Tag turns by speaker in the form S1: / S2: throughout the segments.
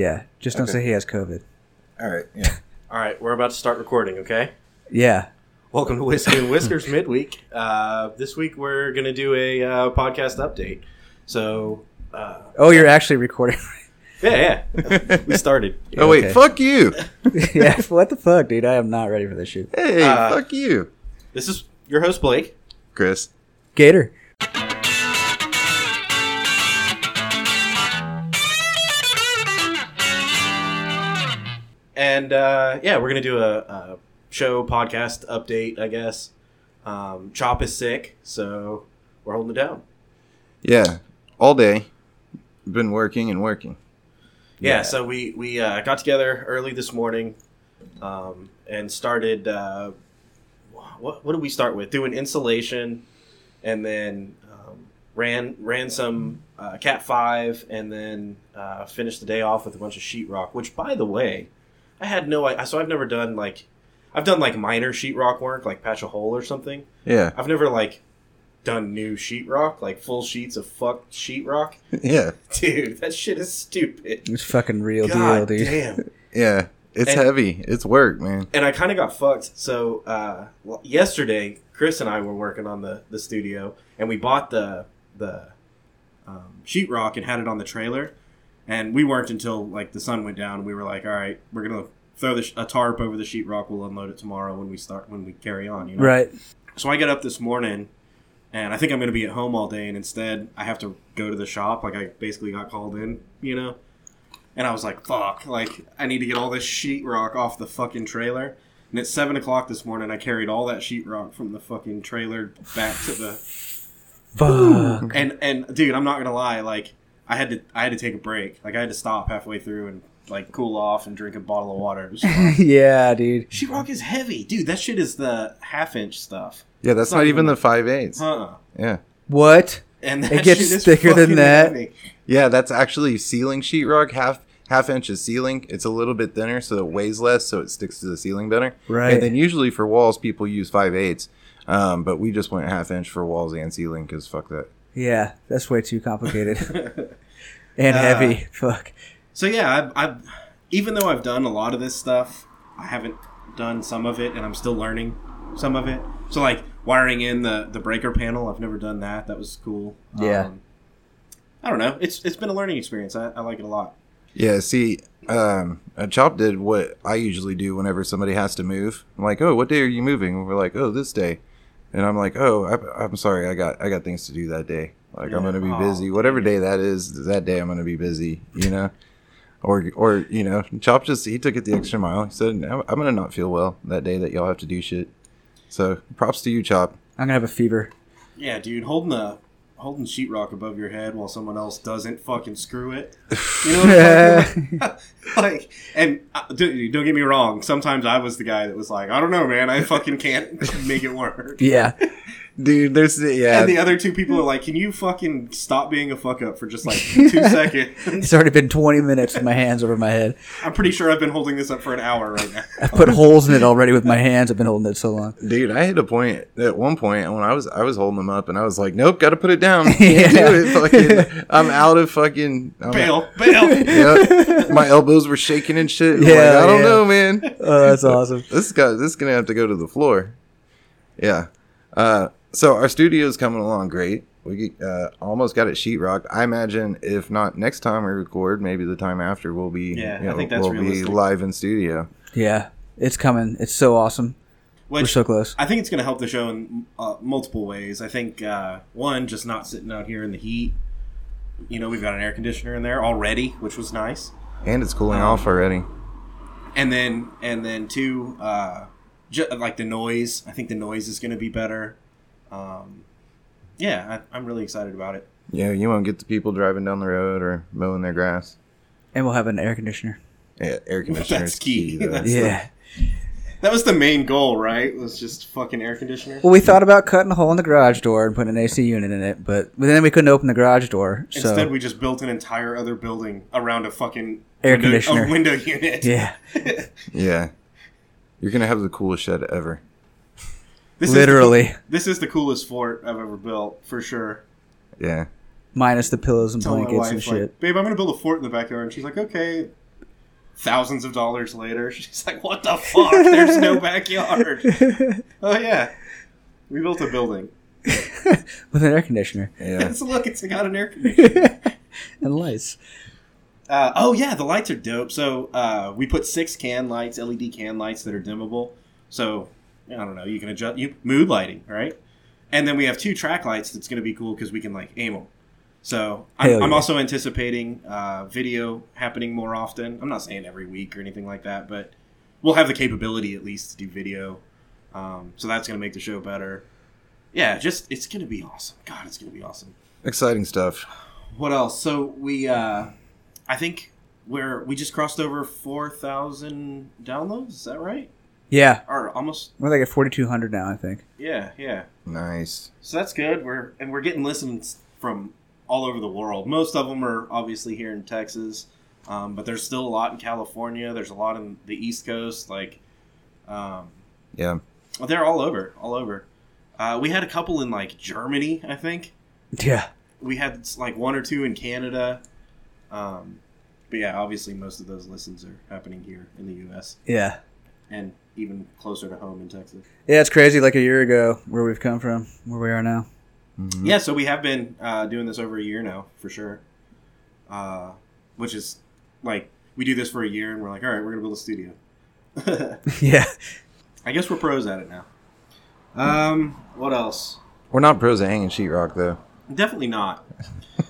S1: Yeah, just don't say he has COVID.
S2: All right. Yeah.
S3: All right, we're about to start recording, okay?
S1: Yeah,
S3: Welcome to Whiskey and Whiskers Midweek. Uh, this week we're going to do a uh, podcast update. So, uh,
S1: Oh, you're actually recording.
S3: yeah, yeah, we started.
S2: Oh wait,
S1: Okay.
S2: fuck you.
S1: yeah, what the fuck, dude? I am not ready for this shit.
S2: Hey,
S3: Uh,
S2: fuck you,
S3: This is your host, Blake.
S2: Chris.
S1: Gator.
S3: And uh, yeah, we're going to do a, a show podcast update, I guess. Um, Chop is sick, so we're holding it down.
S2: Yeah, all day. Been working and working.
S3: yeah, so we we uh, got together early this morning um, and started uh, what, what did we start with doing insulation and then um, ran ran some uh, cat five and then uh, finished the day off with a bunch of sheetrock which by the way i had no i so i've never done like i've done like minor sheetrock work like patch a hole or something
S2: Yeah,
S3: i've never like done new sheetrock like full sheets of fuck sheetrock
S2: yeah,
S3: dude that shit is stupid
S1: It's fucking real
S3: God
S1: deal, dude.
S3: damn.
S2: yeah. It's
S3: And-
S2: heavy. It's work, man.
S3: And I kind of got fucked. So uh, l- yesterday, Chris and I were working on the, the studio, and we bought the the um, sheetrock and had it on the trailer. And we worked until like the sun went down. We were like, all right, we're gonna throw the sh- a tarp over the sheetrock. We'll unload it tomorrow when we start when we carry on. You know.
S1: Right.
S3: So I get up this morning, and I think I'm going to be at home all day, and instead I have to go to the shop. Like I basically got called in, you know. And I was like, "Fuck!" Like I need to get all this sheetrock off the fucking trailer. And at seven o'clock this morning, I carried all that sheetrock from the fucking trailer back to the
S1: Fuck.
S3: and and dude, I'm not gonna lie. Like I had to I had to take a break. Like I had to stop halfway through and like cool off and drink a bottle of water. It was fun.
S1: yeah, dude.
S3: sheetrock is heavy, dude. That shit is the half inch stuff.
S2: Yeah, that's
S3: not
S2: not even
S3: even-
S2: the five eights.
S3: Huh.
S2: Yeah,
S1: What?
S3: and
S1: It gets thicker than
S3: fucking
S1: that.
S3: heavy.
S2: yeah. That's actually ceiling sheetrock. Half half inch is ceiling. It's a little bit thinner, so it weighs less, so it sticks to the ceiling better.
S1: Right.
S2: And then usually for walls, people use five eights. Um, but we just went half inch for walls and ceiling because fuck that.
S1: Yeah, that's way too complicated and heavy. Fuck.
S3: So yeah, I, I even though I've done a lot of this stuff, I haven't done some of it, and I'm still learning some of it. So like wiring in the the breaker panel, I've never done that. That was cool.
S1: Yeah.
S3: Um, I don't know. It's it's been a learning experience. I, I like it a lot.
S2: Yeah, see, um, uh, Chop did what I usually do whenever somebody has to move. I'm like, oh, what day are you moving? And we're like, oh, this day. And I'm like, oh, I, I'm sorry, I got I got things to do that day. Like I'm
S3: Yeah.
S2: gonna be
S3: Aw,
S2: busy. Whatever day that is, that day I'm gonna be busy. You know, or or you know, Chop just he took it the extra mile. He said, I'm I'm gonna not feel well that day that y'all have to do shit. So props to you, Chop.
S1: I'm gonna have a fever.
S3: Yeah, dude, holding the holding sheetrock above your head while someone else doesn't fucking screw it. You know what I'm talking about? like, and uh, dude, don't get me wrong. Sometimes I was the guy that was like, I don't know, man, I fucking can't make it work.
S1: Yeah.
S2: Dude, there's yeah,
S3: And the other two people are like, "Can you fucking stop being a fuck up for just like two seconds?"
S1: It's already been 20 minutes with my hands over my head.
S3: I'm pretty sure I've been holding this up for an hour right now.
S1: I've put holes in it already with my hands. I've been holding it so long.
S2: Dude, I hit a point at one point when I was I was holding them up and I was like, nope, got to put it down.
S1: Yeah.
S2: Can't do it. Fucking, I'm out of fucking. I'm
S3: Bail, bail.
S2: Yep. My elbows were shaking and shit. Yeah,
S1: Yeah,
S2: I don't
S1: yeah.
S2: know, man.
S1: Oh, that's awesome.
S2: This guy, this is gonna have to go to the floor. Yeah. Uh, so our studio's coming along great. We uh, almost got it sheetrocked. I imagine if not next time we record, maybe the time after we'll be
S3: Yeah, I think that's
S2: we'll
S3: realistic.
S2: be live in studio.
S1: Yeah, it's coming. It's so awesome. We're
S3: Which
S1: so close.
S3: I think it's going to help the show in uh, multiple ways. I think uh, one, just not sitting out here in the heat. You know, we've got an air conditioner in there already, which was nice.
S2: And it's cooling off
S3: Um,
S2: already.
S3: And then, and then two, uh, ju- like the noise. I think the noise is going to be better. Um, yeah, I, I'm really excited about it.
S2: Yeah, you won't get the people driving down the road or mowing their grass.
S1: And we'll have an air conditioner.
S2: Yeah, air conditioner
S3: That's
S2: is key.
S3: key.
S2: though.
S3: That's-
S1: Yeah.
S3: That was the main goal, right? Was just fucking air conditioner.
S1: Well, we thought about cutting a hole in the garage door and putting an AC unit in it, but but then we couldn't open the garage door. So
S3: Instead, we just built an entire other building around a fucking
S1: Air
S3: window,
S1: conditioner.
S3: a window unit.
S1: yeah,
S2: yeah, you're gonna have the coolest shed ever.
S3: This is the-
S1: literally
S3: this is the coolest fort I've ever built for sure.
S2: Yeah,
S1: minus the pillows and
S3: Tell my
S1: blankets and
S3: wife, like,
S1: shit.
S3: babe, I'm gonna build a fort in the backyard, and she's like, okay. thousands of dollars later, she's like, "What the fuck? There's no backyard." oh yeah, we built a building.
S1: with an air conditioner
S2: Yeah.
S3: It's- look, it's got an air conditioner.
S1: and lights.
S3: Uh, oh yeah, the lights are dope. So uh, we put six can lights, LED can lights that are dimmable. So I don't know, you can adjust you mood lighting, right? And then we have two track lights that's going to be cool because we can like aim them. So I'm,
S1: Hell
S3: I'm
S1: yeah.
S3: also anticipating uh, video happening more often. I'm not saying every week or anything like that, but we'll have the capability at least to do video. Um, so that's going to make the show better. Yeah, just it's going to be awesome. God, it's going to be awesome
S2: Exciting stuff.
S3: what else? So we, uh, I think we're we just crossed over four thousand downloads. Is that right?
S1: Yeah,
S3: Or almost?
S1: we're like at 4,200 now, I think.
S3: Yeah, yeah.
S2: Nice.
S3: So that's good. We're and we're getting listens from all over the world. Most of them are obviously here in Texas, um, but there's still a lot in California. There's a lot in the East Coast. Like, um,
S2: Yeah.
S3: they're all over, all over. Uh, we had a couple in like Germany, I think.
S1: Yeah,
S3: we had like one or two in Canada. Um, but yeah, obviously most of those listens are happening here in the U.S.
S1: yeah.
S3: and even closer to home in Texas.
S1: Yeah, it's crazy like a year ago where we've come from, where we are now.
S2: Mhm.
S3: Yeah, so we have been uh, doing this over a year now for sure. Uh, which is like we do this for a year and we're like, all right, we're gonna build a studio.
S1: yeah.
S3: I guess we're pros at it now. Um, what else?
S2: We're not pros at hanging sheetrock though.
S3: Definitely not.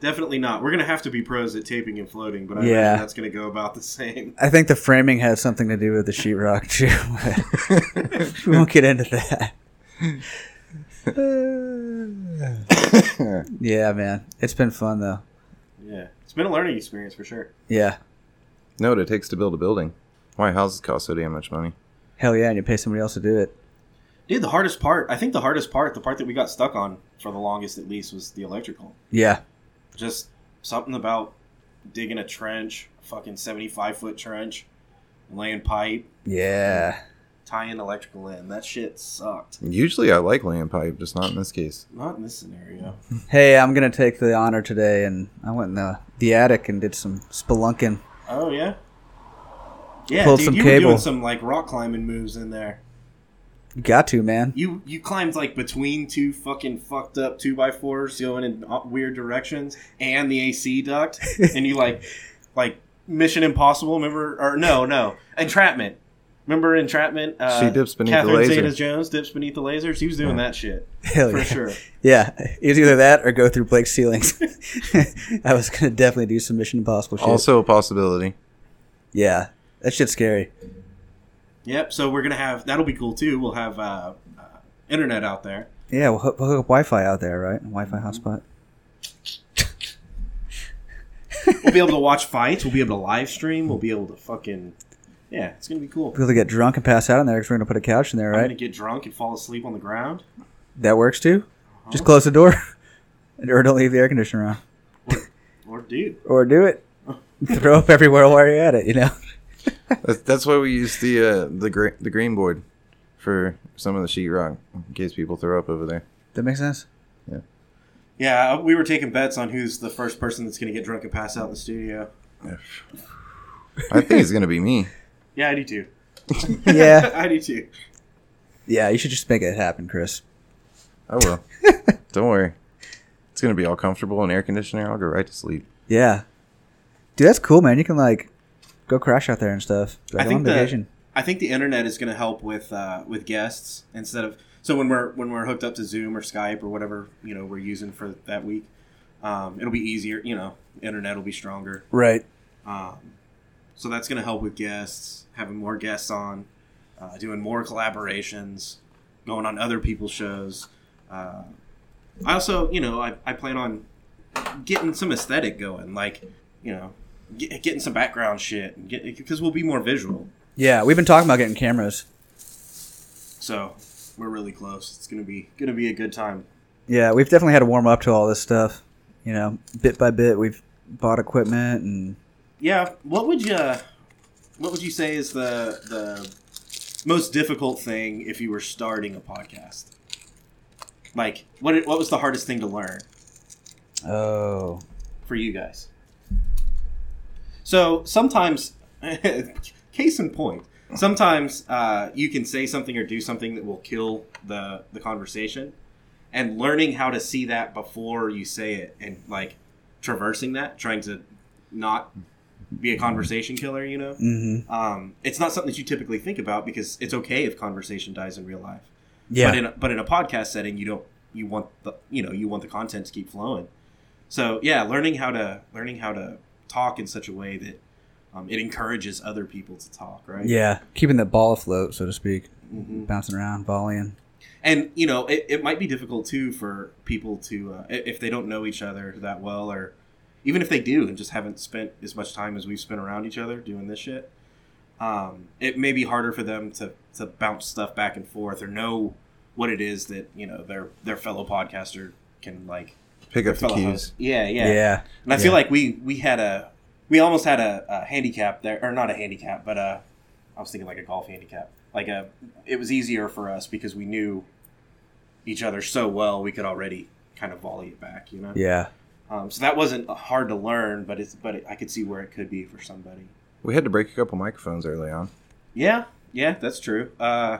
S3: Definitely not. We're gonna have to be pros at taping and floating, but I
S1: Yeah.
S3: imagine that's gonna go about the same.
S1: I think the framing has something to do with the sheetrock, too. we won't get into that. Yeah, man. It's been fun, though.
S3: Yeah, it's been a learning experience for sure.
S1: Yeah.
S2: know what it takes to build a building. Why houses cost so damn much money?
S1: Hell yeah, and you pay somebody else to do it.
S3: Dude, the hardest part, I think the hardest part, the part that we got stuck on for the longest at least, was the electrical.
S1: Yeah.
S3: Just something about digging a trench, a fucking 75 foot trench, laying pipe,
S1: Yeah.
S3: tying electrical in. That shit sucked.
S2: Usually I like laying pipe, just not in this case.
S3: Not in this scenario.
S1: Hey, I'm going to take the honor today, and I went in the, the attic and did some spelunking.
S3: Oh, yeah? Yeah,
S1: Pulled
S3: dude,
S1: some
S3: you were
S1: cable.
S3: doing some like rock climbing moves in there.
S1: Got to, man.
S3: You you climbed like between two fucking fucked up two by fours going in uh, weird directions and the AC duct, and you like like Mission Impossible. Remember or no no Entrapment. Remember Entrapment? Uh,
S2: She dips beneath the
S3: Catherine
S2: laser.
S3: Zeta-Jones dips beneath the lasers. He was doing that shit
S1: Hell
S3: for
S1: yeah.
S3: sure.
S1: Yeah, it was either that or go through Blake's ceilings. I was gonna definitely do some Mission Impossible shit.
S2: Also a possibility.
S1: yeah, that shit's scary.
S3: Yep. So we're gonna have that'll be cool too. We'll have uh, uh, internet out there.
S1: Yeah, we'll hook, we'll hook up Wi-Fi out there, right? Wi-Fi
S3: Mm-hmm.
S1: hotspot.
S3: We'll be able to watch fights. We'll be able to live stream. We'll be able to fucking yeah. It's gonna be cool.
S1: We'll be able to get drunk and pass out in there because we're gonna put a couch in there,
S3: I'm
S1: right?
S3: gonna get drunk and fall asleep on the ground.
S1: That works too.
S3: Oh.
S1: Just close the door, or don't leave the air conditioner on,
S3: Or dude.
S1: or do it. Throw up everywhere while you're at it, you know.
S2: That's, that's why we use the uh, the gra- the green board for some of the sheetrock in case people throw up over there.
S1: That makes sense.
S3: Yeah, uh, we were taking bets on who's the first person that's going to get drunk and pass out in the studio.
S2: I think it's gonna be me.
S3: Yeah, I do too.
S1: Yeah,
S3: I do too.
S1: yeah. You should just make it happen, Chris.
S2: I will. Don't worry. It's gonna be all comfortable and air conditioner. I'll go right to sleep.
S1: Yeah, dude, that's cool, man. You can like go crash out there and stuff. Like,
S3: I
S1: I'm
S3: think
S1: on
S3: the-
S1: vacation.
S3: I think the internet is going to help with uh, with guests instead of so when we're when we're hooked up to Zoom or Skype or whatever you know we're using for that week, um, it'll be easier. You know, internet will be stronger.
S1: Right.
S3: Um, so that's going to help with guests, having more guests on, uh, doing more collaborations, going on other people's shows. Uh, I also, you know, I, I plan on getting some aesthetic going, like, you know, get, getting some background shit, and get because we'll be more visual.
S1: Yeah, we've been talking about getting cameras.
S3: So we're really close. It's gonna be gonna be a good time.
S1: Yeah, we've definitely had to warm up to all this stuff. You know, bit by bit, we've bought equipment and
S3: Yeah. What would you What would you say is the the most difficult thing if you were starting a podcast? Like, what what was the hardest thing to learn
S1: oh,
S3: for you guys? So sometimes Case in point, sometimes uh, you can say something or do something that will kill the the conversation, and learning how to see that before you say it and like traversing that, trying to not be a conversation killer, you know.
S1: Mm-hmm.
S3: Um, it's not something that you typically think about because it's okay if conversation dies in real life.
S1: Yeah.
S3: But in a, but in a podcast setting, you don't you want the you know you want the content to keep flowing. So yeah, learning how to learning how to talk in such a way that um, it encourages other people to talk, right?
S1: yeah. Keeping that ball afloat, so to speak,
S3: hmm
S1: bouncing around, volleying.
S3: And you know, it, it might be difficult too for people to uh, i- if they don't know each other that well, or even if they do and just haven't spent as much time as we've spent around each other doing this shit. Um, it may be harder for them to to bounce stuff back and forth or know what it is that you know their their fellow podcaster can like
S2: Pick up the
S3: fellow
S2: cues.
S3: host. Yeah, yeah,
S1: Yeah.
S3: And I feel
S1: Yeah.
S3: like we we had a we almost had a, a handicap there, or not a handicap, but uh, I was thinking like a golf handicap. Like a, it was easier for us because we knew each other so well. We could already kind of volley it back, you know.
S1: Yeah.
S3: Um, so that wasn't hard to learn, but it's but it, I could see where it could be for somebody.
S2: We had to break a couple microphones early on.
S3: Yeah, yeah, that's true. Uh,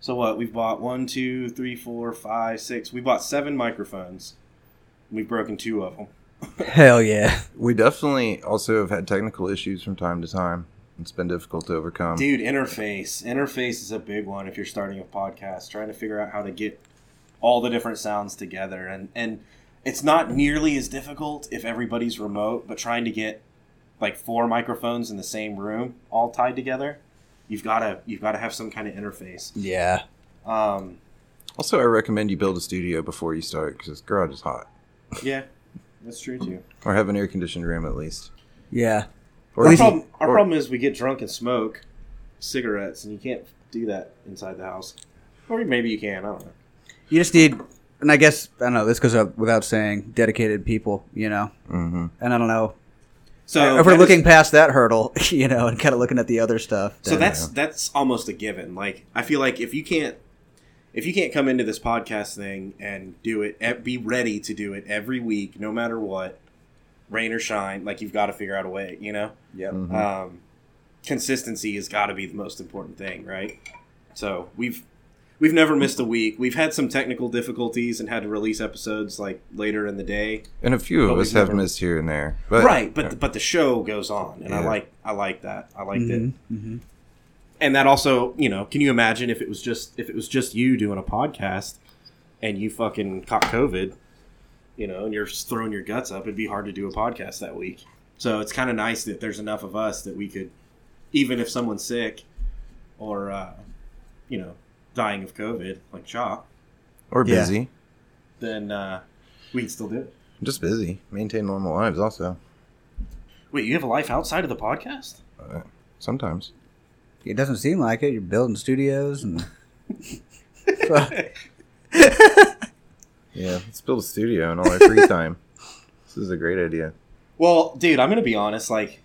S3: so what? We've bought one, two, three, four, five, six. We bought seven microphones. We've broken two of them.
S1: Hell yeah.
S2: We definitely also have had technical issues from time to time. It's been difficult to overcome.
S3: Dude, interface. Interface is a big one if you're starting a podcast, trying to figure out how to get all the different sounds together and and it's not nearly as difficult if everybody's remote, but trying to get like four microphones in the same room all tied together, you've got to you've got to have some kind of interface.
S1: Yeah.
S3: Um,
S2: Also, I recommend you build a studio before you start because garage is hot,
S3: yeah, that's true too.
S2: or have an air conditioned room at least.
S1: Yeah.
S2: Or
S3: Our
S1: Easy.
S3: problem, our
S2: or-
S3: problem is we get drunk and smoke cigarettes, and you can't do that inside the house. Or maybe you can. I don't know.
S1: You just need, and I guess I don't know. This goes up without saying. Dedicated people, you know.
S2: Mm-hmm.
S1: And I don't know
S3: So
S1: if we're
S3: that is-
S1: looking past that hurdle, you know, and kind of looking at the other stuff.
S3: so that's that's almost a given. Like I feel like if you can't if you can't come into this podcast thing and do it, eh, be ready to do it every week, no matter what, rain or shine. Like you've got to figure out a way. You know.
S1: yeah.
S2: Mhm.
S3: um, consistency has got to be the most important thing, right? So we've we've never missed a week. We've had some technical difficulties and had to release episodes like later in the day,
S2: And a few
S3: But
S2: of
S3: we
S2: us have
S3: never-
S2: missed here and there. But,
S3: right? But the, but the show goes on, and I
S2: Yeah.
S3: like I like that. I like
S1: hmm
S3: it, and that also you know, can you imagine if it was just if it was just you doing a podcast and you fucking caught COVID, you know, and you're just throwing your guts up, it'd be hard to do a podcast that week. So it's kind of nice that there's enough of us that we could, even if someone's sick or, uh, you know, dying of COVID, like Chop,
S2: or
S1: Yeah.
S2: busy,
S3: then uh, we can still do it.
S2: just busy. Maintain normal lives also
S3: Wait, you have a life outside of the podcast?
S2: sometimes.
S1: It doesn't seem like it. You're building studios and
S2: Yeah, let's build a studio in all our free time. This is a great idea.
S3: Well, dude, I'm gonna be honest. Like,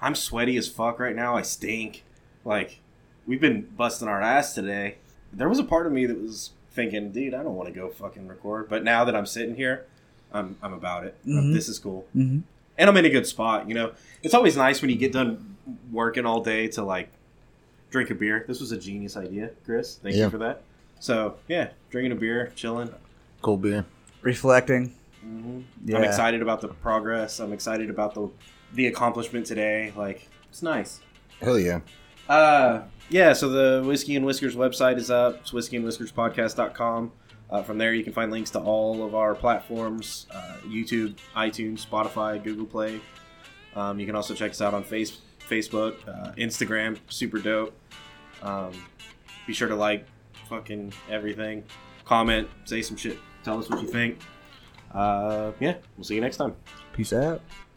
S3: I'm sweaty as fuck right now. I stink. Like, we've been busting our ass today. There was a part of me that was thinking, dude, I don't want to go fucking record. But now that I'm sitting here, I'm I'm about it.
S1: Mhm.
S3: This is cool,
S1: Mhm.
S3: and I'm in a good spot. You know, it's always nice when you get done working all day to like drink a beer. This was a genius idea, Chris. Thank
S2: Yeah.
S3: you for that. So yeah, drinking a beer, chilling.
S2: Cold beer.
S1: reflecting.
S3: hmm
S1: Yeah.
S3: I'm excited about the progress. I'm excited about the the accomplishment today. Like it's nice.
S2: Hell yeah.
S3: Uh, yeah. So the Whiskey and Whiskers website is up. It's whiskeyandwhiskerspodcast.com. Uh, from there, you can find links to all of our platforms: uh, YouTube, iTunes, Spotify, Google Play. Um, you can also check us out on face, Facebook, uh, Instagram. Super dope. Um, be sure to like fucking everything. Comment, say some shit, tell us what you think. Uh, yeah, we'll see you next time.
S1: Peace out.